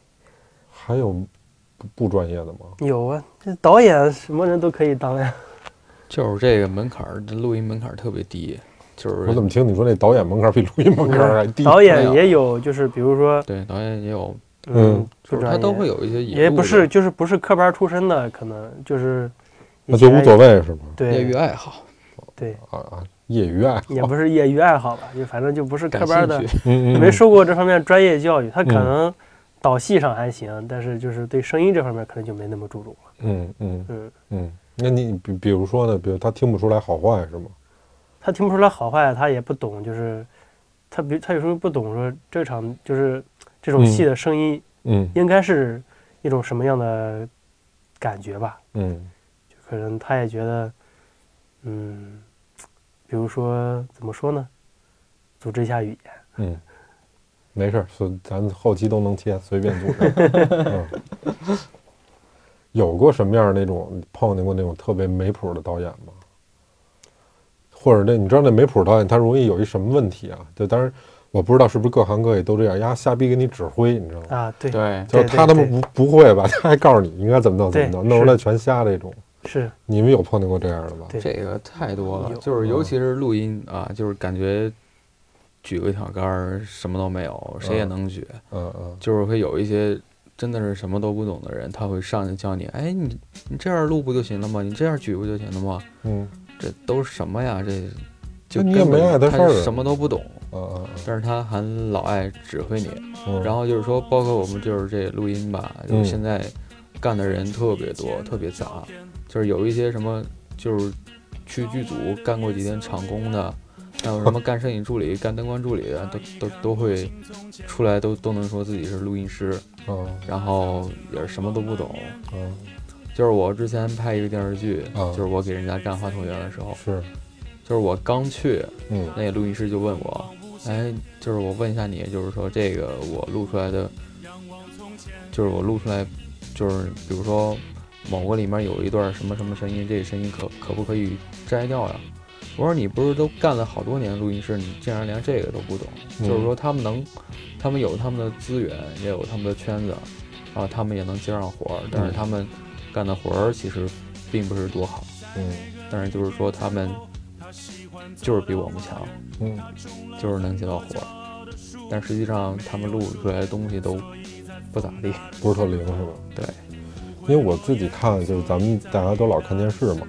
Speaker 1: 还有不不专业的吗？
Speaker 2: 有啊，这导演什么人都可以当呀。
Speaker 3: 就是这个门槛儿，这录音门槛儿特别低，就是
Speaker 1: 我怎么听你说那导演门 槛比录音门槛还低？
Speaker 2: 导演也有，就是比如说，
Speaker 3: 对导演也有，
Speaker 1: 嗯
Speaker 2: 嗯，
Speaker 3: 就是
Speaker 2: 专
Speaker 3: 他
Speaker 2: 业
Speaker 3: 都会，有一些野
Speaker 2: 也
Speaker 3: 路
Speaker 2: 不
Speaker 3: 的
Speaker 2: 是，就是不是科班出身的，可能就是以
Speaker 1: 那就
Speaker 2: 前
Speaker 1: 无所谓是吗？
Speaker 2: 对
Speaker 3: 业余爱好，
Speaker 2: 对，
Speaker 1: 啊啊，业余爱好。
Speaker 2: 也不是业余爱好吧，就反正就不是
Speaker 3: 感
Speaker 2: 科班的
Speaker 3: 兴，趣。
Speaker 1: 嗯嗯
Speaker 2: 没受过这方面专业教育，他可
Speaker 1: 嗯
Speaker 2: 能导戏上还行，但是就是对声音这方面可能就没那么注重了。
Speaker 1: 嗯嗯
Speaker 2: 嗯，
Speaker 1: 嗯。那你比比如说呢？比如他听不出来好坏是吗？
Speaker 2: 他听不出来好坏，他也不懂，就是他比他有时候不懂说这场就是这种戏
Speaker 1: 嗯
Speaker 2: 的声音
Speaker 1: 嗯
Speaker 2: 应该是一种什么样的感觉吧？
Speaker 1: 嗯。
Speaker 2: 就可能他也觉得，嗯，比如说怎么说呢，组织一下语言，
Speaker 1: 嗯，没事儿，所以咱后期都能切，随便组织。嗯，有过什么样儿那种碰见过那种特别没谱儿的导演吗？或者那你知道那没谱儿导演他容易有一什么问题啊？就当然我不知道是不是各行各业都这样，丫瞎逼给你指挥，你知道吗？
Speaker 2: 啊，对，
Speaker 3: 对
Speaker 1: 就是他他妈
Speaker 2: 对对
Speaker 1: 不不会吧，他还告诉你应该怎么弄怎么
Speaker 2: 对
Speaker 1: 弄，弄出来全瞎这种。
Speaker 2: 是
Speaker 1: 你们有碰见过这样的吗？
Speaker 2: 对
Speaker 3: 这个太多了
Speaker 2: 有，
Speaker 1: 嗯
Speaker 3: 就是尤其是录音啊，就是感觉举个小杆儿什么都没有，谁也
Speaker 1: 嗯
Speaker 3: 能举，
Speaker 1: 嗯嗯，
Speaker 3: 就是会有一些真的是什么都不懂的人，他会上去教你，哎，你你这样录不就行了吗？你这样举不就行了吗？
Speaker 1: 嗯
Speaker 3: 这都是什么呀？这就
Speaker 1: 那你也
Speaker 3: 根本
Speaker 1: 没碍他事儿啊
Speaker 3: 什么都不懂，
Speaker 1: 嗯嗯
Speaker 3: 但是他还老爱指挥你。
Speaker 1: 嗯，
Speaker 3: 然后就是说，包括我们就是这录音吧，就是
Speaker 1: 嗯
Speaker 3: 现在干的人特别多，特别杂，就是有一些什么就是去剧组干过几天场工的，还有什么干摄影助理、干灯光助理的，都都都会出来都都能说自己是录音师，
Speaker 1: 嗯
Speaker 3: 然后也是什么都不懂。
Speaker 1: 嗯
Speaker 3: 就是我之前拍一个电视剧，
Speaker 1: 啊
Speaker 3: 就是我给人家干话筒员的时候，
Speaker 1: 嗯是
Speaker 3: 就是我刚去，
Speaker 1: 嗯
Speaker 3: 那个录音师就问我，哎，就是我问一下你，就是说这个我录出来的，就是我录出来，就是比如说某个里面有一段什么什么声音，这个声音可可不可以摘掉呀？我说你不是都干了好多年录音师，你竟然连这个都不懂？
Speaker 1: 嗯
Speaker 3: 就是说他们能，他们有他们的资源，也有他们的圈子，啊，他们也能接上活儿，但是
Speaker 1: 嗯
Speaker 3: 他们干的活儿其实并不是多好，
Speaker 1: 嗯
Speaker 3: 但是就是说他们就是比我们强。
Speaker 1: 嗯
Speaker 3: 就是能接到活儿，但实际上他们录出来的东西都不咋地。
Speaker 1: 不是特灵是吧？
Speaker 3: 对，
Speaker 1: 因为我自己看，就是咱们大家都老看电视嘛，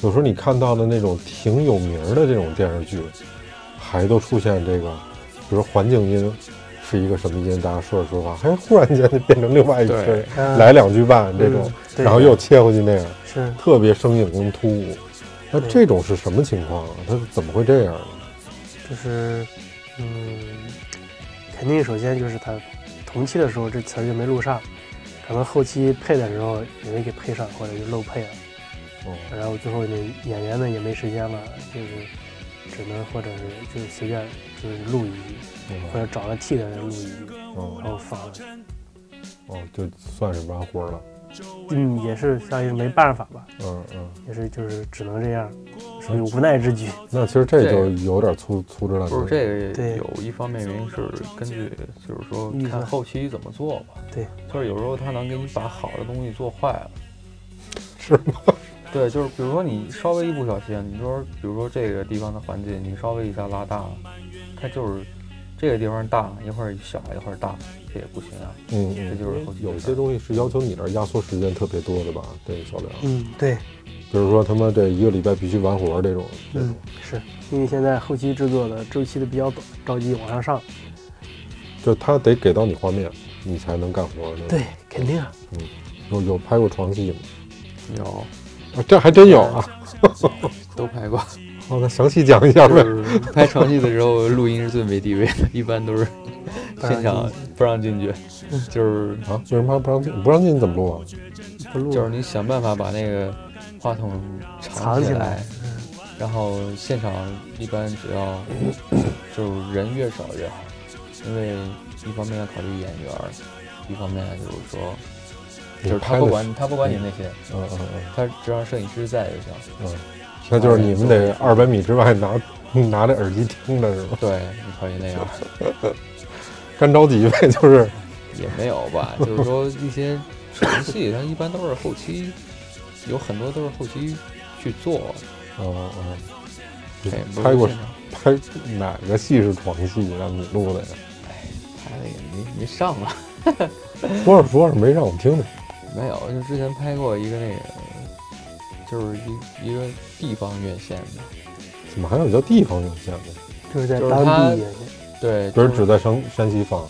Speaker 1: 有时候你看到的那种挺有名儿的这种电视剧，还都出现这个，比如环境音是一个什么音，大家说着说着话，哎，忽然间就变成另外一个声音，
Speaker 2: 嗯
Speaker 1: 来两句半这种
Speaker 2: 嗯，对
Speaker 1: 然后又切回去那样，
Speaker 2: 是
Speaker 1: 特别生硬跟突兀。那
Speaker 3: 嗯
Speaker 2: 对
Speaker 1: 这种是什么情况啊？它怎么会这样呢？
Speaker 2: 就是嗯，肯定首先就是他同期的时候这词儿就没录上，可能后期配的时候也没给配上，或者就漏配了。
Speaker 1: 哦，
Speaker 2: 然后最后那演员们也没时间了，就是只能或者是就是随便就是录一集，或
Speaker 1: 嗯
Speaker 2: 者找个替的人录一集，
Speaker 1: 哦
Speaker 2: 然后放上去。
Speaker 1: 哦，就算是完活了。
Speaker 2: 嗯，也是相当于没办法吧，
Speaker 1: 嗯嗯，
Speaker 2: 也是就是只能这样，属于无奈之举。
Speaker 1: 那其实这
Speaker 3: 这
Speaker 1: 就
Speaker 3: 个
Speaker 1: 有点粗粗制滥
Speaker 3: 不
Speaker 1: 造。
Speaker 3: 是这个
Speaker 2: 对
Speaker 3: 有一方面原因是根据就是说
Speaker 2: 预
Speaker 3: 看
Speaker 2: 算
Speaker 3: 后期怎么做吧。
Speaker 2: 对，
Speaker 3: 就是有时候他能给你把好的东西做坏了。
Speaker 1: 是
Speaker 3: 吗？对，就是比如说你稍微一不小心，你说比如说这个地方的环境，你稍微一下拉大了，它就是这个地方大一会儿小一会儿大，这也不行啊。
Speaker 1: 嗯，嗯
Speaker 3: 这就是后期
Speaker 1: 有
Speaker 3: 的事
Speaker 1: 些
Speaker 3: 儿
Speaker 1: 东西是要求你这儿压缩时间特别多的吧？对，小梁，
Speaker 2: 嗯，对，
Speaker 1: 比如说他妈这一个礼拜必须完活儿这种，这种
Speaker 2: 嗯，是因为现在后期制作的周期的比较短，着急往上上。
Speaker 3: 嗯
Speaker 1: 就他得给到你画面，你才能干活儿。，
Speaker 2: 对，肯定啊，
Speaker 1: 有有拍过床戏吗？
Speaker 3: 有
Speaker 1: 啊，这还真有啊！
Speaker 3: 都拍过，
Speaker 1: 好，那详细讲一 下呗。
Speaker 3: 就是拍床戏的时候，录音是最没地位的，一 般都是现场不让进去，就是
Speaker 1: 啊，为什么不让进？不让进怎么录啊？
Speaker 2: 不录
Speaker 3: 就是你想办法把那个话筒藏
Speaker 2: 藏
Speaker 3: 起
Speaker 2: 起
Speaker 3: 来
Speaker 2: 来，，嗯，
Speaker 3: 然后现场一般只 要就是人越少越好，因为一方面要考虑演员，一方面就是说就是他
Speaker 1: 拍
Speaker 3: 不
Speaker 1: 的
Speaker 3: 管他不管你那些，
Speaker 1: 是，嗯嗯嗯
Speaker 3: 他只要摄影师在就行。
Speaker 1: 嗯，那就是你们得二百米之外拿 拿着耳机听着是吧？
Speaker 3: 对，你考虑那样。
Speaker 1: 干着急呗，就是
Speaker 3: 也没有吧，就是说一些床戏，它一般都是后期，有很多都是后期去做。
Speaker 1: 嗯嗯。
Speaker 3: 这也哎不是
Speaker 1: 拍过
Speaker 3: 现场
Speaker 1: 拍哪个戏是床戏让你录的呀？
Speaker 3: 拍的也哎没没上啊，
Speaker 1: 说着说着没让我们听听。
Speaker 3: 没有，就之前拍过一个那个，就是一一个地方院线的，
Speaker 1: 怎么还有叫地方院线呢？
Speaker 2: 就是在
Speaker 3: 就是
Speaker 2: 当
Speaker 3: 他
Speaker 2: 地演员，
Speaker 3: 对，
Speaker 1: 不
Speaker 3: 就是
Speaker 1: 只在山山西放，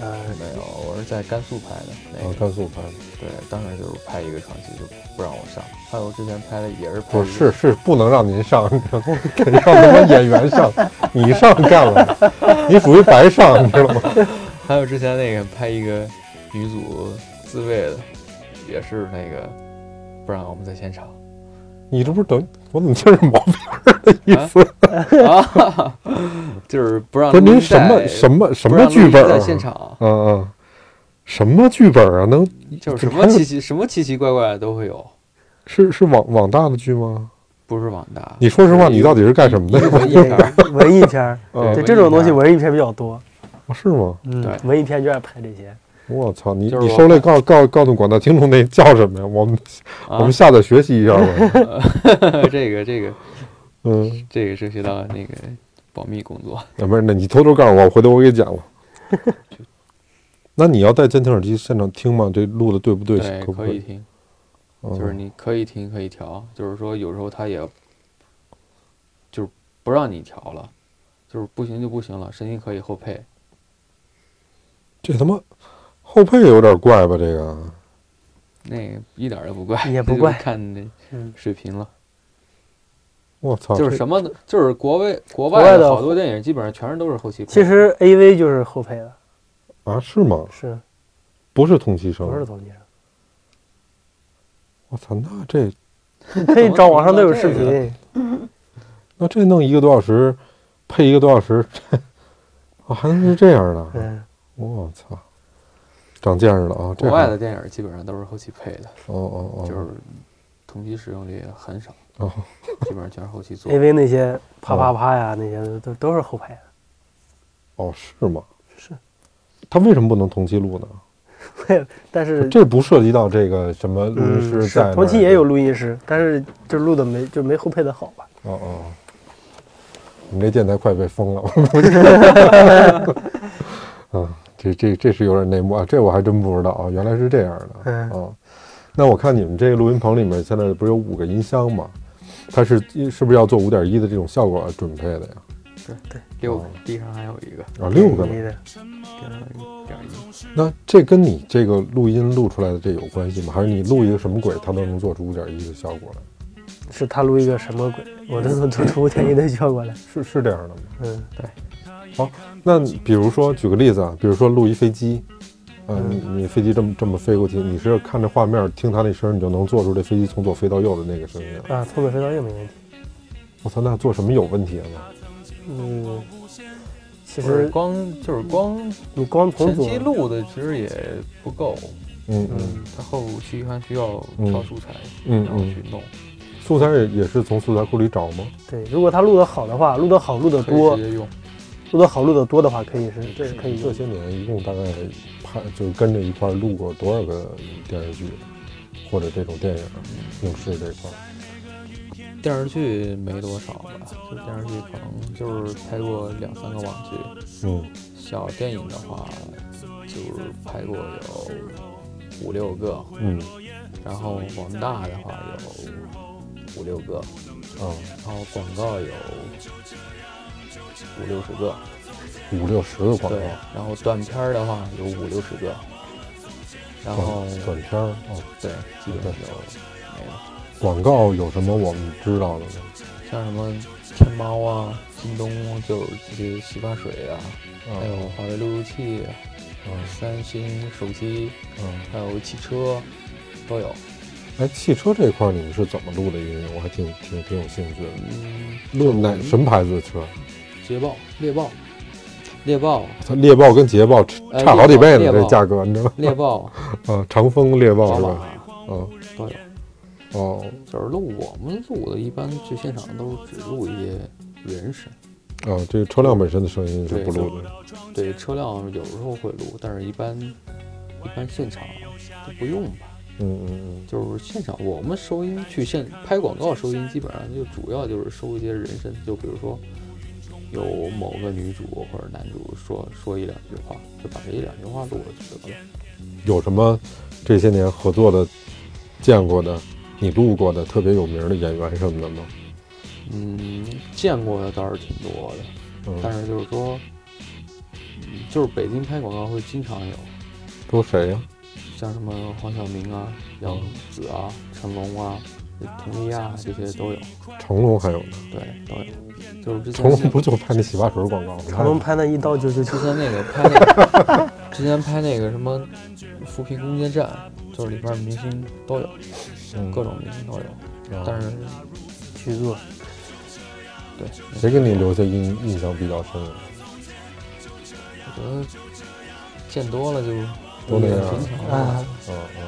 Speaker 2: 呃，
Speaker 3: 没有，我是在甘肃拍的那
Speaker 1: 呃，
Speaker 3: 个，
Speaker 1: 甘肃拍的。
Speaker 3: 对，当时就是拍一个床戏就不让我上，还有之前拍的也是拍一
Speaker 1: 不哦
Speaker 3: 个
Speaker 1: 是，是不能让您上， 你知道吗给让他们演员 上，你上干了，你属于白上，你知道吗？
Speaker 3: 还有之前那个拍一个女组自卫的，也是那个不让我们在现场。
Speaker 1: 你这不是等我怎么听着毛片儿的意思？
Speaker 3: 啊，就是不让
Speaker 1: 不是
Speaker 3: 录
Speaker 1: 您
Speaker 3: 音
Speaker 1: 什么
Speaker 3: 带
Speaker 1: 什么什
Speaker 3: 不让
Speaker 1: 么
Speaker 3: 录
Speaker 1: 剧
Speaker 3: 音
Speaker 1: 本
Speaker 3: 在
Speaker 1: 啊？
Speaker 3: 现场
Speaker 1: 嗯嗯，什么剧本啊？能
Speaker 3: 就是
Speaker 1: 这
Speaker 3: 什
Speaker 1: 还
Speaker 3: 么
Speaker 1: 有
Speaker 3: 奇奇什么奇奇怪怪的都会有，
Speaker 1: 是是网网大的剧吗？
Speaker 3: 不是网大。
Speaker 1: 你说实话，你到底是干什么的？
Speaker 3: 文艺
Speaker 2: 演
Speaker 3: 片儿
Speaker 2: 员 文艺片儿，
Speaker 1: 嗯
Speaker 2: 对
Speaker 3: 文艺
Speaker 2: 这种东西
Speaker 3: 片儿
Speaker 2: 文艺片比较多。
Speaker 1: 啊是吗？
Speaker 2: 嗯
Speaker 3: 对，
Speaker 2: 文艺片就爱拍这些。
Speaker 1: 我操，你
Speaker 3: 就是
Speaker 1: 你
Speaker 3: 我
Speaker 1: 受累告告告诉广大听众那叫什么呀？我们、
Speaker 3: 啊
Speaker 1: 我们下载学习一下吧。
Speaker 3: 这个这个
Speaker 1: 嗯，
Speaker 3: 这个涉及到那个保密工作。
Speaker 1: 啊，不是，那你偷偷告诉我，回头我给你讲 了。那你要戴监听耳机现场听吗？这录的对不对？
Speaker 3: 对，
Speaker 1: 可不
Speaker 3: 可以？听，就是
Speaker 1: 嗯
Speaker 3: 你可以听可以调，就是说有时候他也就是不让你调了，就是不行就不行了，声音可以后配。
Speaker 1: 这他妈后配有点怪吧？这个
Speaker 3: 那个一点儿都不怪，
Speaker 2: 也
Speaker 3: 那
Speaker 2: 不
Speaker 3: 就是
Speaker 2: 怪
Speaker 3: 看那
Speaker 2: 嗯，
Speaker 3: 视频了。
Speaker 1: 我操，
Speaker 3: 就
Speaker 1: 哦
Speaker 3: 是
Speaker 1: 这
Speaker 3: 什么的，就是国外国
Speaker 2: 国
Speaker 3: 外
Speaker 2: 外的
Speaker 3: 的好多电影基本上全是都是后期配。
Speaker 2: 其实 A V 就是后配的，
Speaker 1: 啊？是吗？
Speaker 3: 嗯
Speaker 2: 是
Speaker 1: 不是同期声？
Speaker 2: 不是同级生？
Speaker 1: 我操，那这
Speaker 3: 嗯
Speaker 2: 可以找网上都有
Speaker 3: 怎
Speaker 2: 视
Speaker 3: 么能弄
Speaker 2: 频，
Speaker 1: 那这弄一个多小时，配一个多小时，这啊还能是这样的？
Speaker 2: 嗯，
Speaker 1: 我操，长见识了啊！这
Speaker 3: 国外
Speaker 1: 还
Speaker 3: 的电影基本上都是后期配的，
Speaker 1: 哦哦哦，
Speaker 3: 就是同期使用的也很少，
Speaker 1: 哦，
Speaker 3: 基本上全是后期做
Speaker 2: A。V 嗯那些啪啪啪呀，那些都都是后排的，
Speaker 3: 嗯
Speaker 1: 哦，是吗？
Speaker 2: 是。
Speaker 1: 他为什么不能同期录呢？
Speaker 2: 但是
Speaker 1: 这不涉及到这个什么录音
Speaker 2: 嗯
Speaker 1: 师
Speaker 2: 是
Speaker 1: 在、
Speaker 2: 同期也有。录音师，但是就录的没就没后配的好吧？
Speaker 1: 哦哦，我们这电台快被封了。 啊，这这这是有点内幕啊，这我还真不知道啊，原来是这样的。
Speaker 2: 嗯
Speaker 1: 啊，那我看你们这个录音棚里面现在不是有五个音箱吗？它是是不是要做五点一的这种效果准配的呀？
Speaker 3: 六
Speaker 1: 哦
Speaker 3: 个地上还有一个，
Speaker 1: 啊，六个呢
Speaker 2: 你？的
Speaker 1: 嗯
Speaker 3: 地上还有一点儿一。
Speaker 2: 嗯
Speaker 1: 那这跟你这个录音录出来的这有关系吗？还是你录一个什么鬼，它都能做出五点一的效果来？
Speaker 2: 是他录一个什么鬼，我都能做出五点一的效果来。
Speaker 1: 是是这样的吗？
Speaker 2: 嗯，
Speaker 1: 那比如说，举个例子啊，比如说录一飞机，呃、
Speaker 2: 嗯
Speaker 1: 你你飞机这么这么飞过去，你是看着画面听它那声儿，你就能做出这飞机从左飞到右的那个声音了。
Speaker 2: 啊，从左飞到右没问题。
Speaker 1: 我操，那做什么有问题啊呢？
Speaker 2: 嗯，其
Speaker 3: 不是
Speaker 2: 实
Speaker 3: 光就是光
Speaker 2: 你光从
Speaker 3: 前
Speaker 2: 左
Speaker 3: 期，录的其实也不够，
Speaker 1: 嗯嗯
Speaker 2: 嗯
Speaker 3: 它后期还需要
Speaker 1: 嗯
Speaker 3: 挑素材，
Speaker 1: 嗯
Speaker 3: 然后去
Speaker 1: 嗯，
Speaker 3: 弄，
Speaker 1: 素材也也是从素材库里找吗？
Speaker 2: 对，如果他录的好的话，录的好录的
Speaker 3: 可以
Speaker 2: 多
Speaker 3: 直，接用。
Speaker 2: 录的好录的多的话，可以是这是可以
Speaker 1: 这
Speaker 2: 用。
Speaker 1: 些年一共大概拍就是跟着一块儿录过多少个电视剧，或者这种电影
Speaker 2: 嗯
Speaker 1: 影视这块儿？
Speaker 3: 电视剧没多少吧，就电视剧可能就是拍过两三个网剧，
Speaker 1: 嗯，
Speaker 3: 小电影的话，就是拍过有五六个，
Speaker 1: 嗯
Speaker 3: 然后网大的话有五六个，
Speaker 1: 啊，
Speaker 3: 然后广告有五六十个，
Speaker 1: 五六十个广
Speaker 3: 对
Speaker 1: 告，，
Speaker 3: 然后短片儿的话有五六十个，然后
Speaker 1: 哦短短片儿啊，
Speaker 3: 对，基本上就没了。
Speaker 1: 广告有什么我们知道的吗？
Speaker 3: 像什么天猫啊、京东就有这些洗发水啊，
Speaker 1: 啊
Speaker 3: 还有华为路由器、
Speaker 1: 啊
Speaker 3: 三星手机，
Speaker 1: 嗯，
Speaker 3: 还有汽车都有。
Speaker 1: 哎，汽车这块儿你们是怎么录的音？我还挺挺挺有兴趣的。
Speaker 3: 嗯，
Speaker 1: 录哪什么牌子的车？
Speaker 3: 捷豹、猎豹、猎豹、
Speaker 1: 它猎豹跟捷豹差
Speaker 3: 哎
Speaker 1: 差好几倍呢，
Speaker 3: 猎豹
Speaker 1: 这价格你知道吗？
Speaker 3: 猎豹、哦
Speaker 1: 啊，长风猎豹
Speaker 3: 宝
Speaker 1: 是吧？
Speaker 3: 马
Speaker 1: 嗯，
Speaker 3: 都有。
Speaker 1: 哦
Speaker 3: 就是录我们录的，一般去现场都只录一些人声，
Speaker 1: 哦，这个车辆本身的声音是
Speaker 3: 对
Speaker 1: 不录的。
Speaker 3: 对车辆有时候会录，但是一般一般现场都不用吧。
Speaker 1: 嗯嗯
Speaker 3: 就是现场我们收音去现拍广告收音，基本上就主要就是收一些人声，就比如说有某个女主或者男主说说一两句话，就把这一两句话录了就得了。
Speaker 1: 嗯，有什么这些年合作的、见过的、你录过的特别有名的演员什么的吗？
Speaker 3: 嗯，见过的倒是挺多的，但
Speaker 1: 嗯，
Speaker 3: 是就是说，嗯就是北京拍广告会经常有，
Speaker 1: 都谁呀？
Speaker 3: 像什么黄晓明啊、杨紫啊、成龙啊、佟丽娅啊这些都有，
Speaker 1: 成龙还有呢？
Speaker 3: 对，都有。就是之
Speaker 1: 成
Speaker 3: 前
Speaker 1: 龙
Speaker 3: 是
Speaker 1: 不就拍那洗发水广告吗？
Speaker 2: 成龙拍那一刀九九九
Speaker 3: 之，前那个拍那个，之前拍那个什么《扶贫攻坚战》，就是里边明星都有，
Speaker 1: 嗯
Speaker 3: 各种明星都有，
Speaker 1: 啊
Speaker 3: 但是
Speaker 2: 去做
Speaker 3: 对，
Speaker 1: 谁给你留下印印象比较深啊？
Speaker 3: 我觉得见多了就
Speaker 1: 都那样
Speaker 3: 平常
Speaker 2: 啊
Speaker 3: 了。，
Speaker 1: 嗯嗯，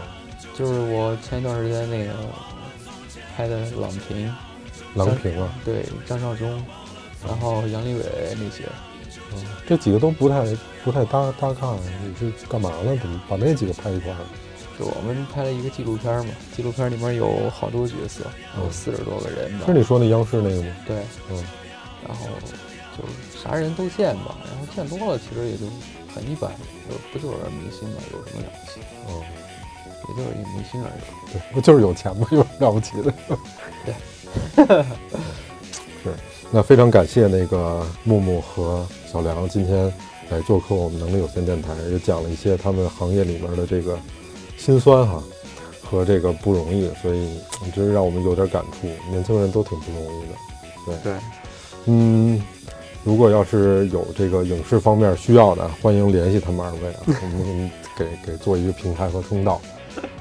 Speaker 3: 就是我前一段时间那个拍的《郎平》，
Speaker 1: 郎平啊，
Speaker 3: 对张绍忠，然后杨利伟那些，
Speaker 1: 嗯这几个都不太不太搭搭嘎，你这干嘛呢？怎么把那几个拍一块儿？
Speaker 3: 就我们拍了一个纪录片嘛，纪录片里面有好多角色，有
Speaker 1: 嗯
Speaker 3: 四十多个人吧
Speaker 1: 是。你说那央视那个吗？
Speaker 3: 对，
Speaker 1: 嗯，
Speaker 3: 然后就是啥人都见吧，然后见多了其实也就很一般，就不就是个明星嘛，有什么了不起？
Speaker 1: 哦，
Speaker 3: 也就是一明星而已。
Speaker 1: 对，不就是有钱吗？有什么了不起的？
Speaker 3: 对，
Speaker 1: 是。那非常感谢那个木木和小梁今天来做客我们能力有限电台，也讲了一些他们行业里面的这个辛酸哈和这个不容易，所以嗯真是让我们有点感触。年轻人都挺不容易的。
Speaker 3: 对，
Speaker 1: 嗯，如果要是有这个影视方面需要的，欢迎联系他们二位啊，我们给给做一个平台和通道。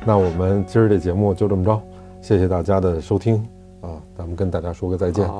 Speaker 1: 那我们今儿这节目就这么着，谢谢大家的收听啊，咱们跟大家说个再见。
Speaker 3: 好。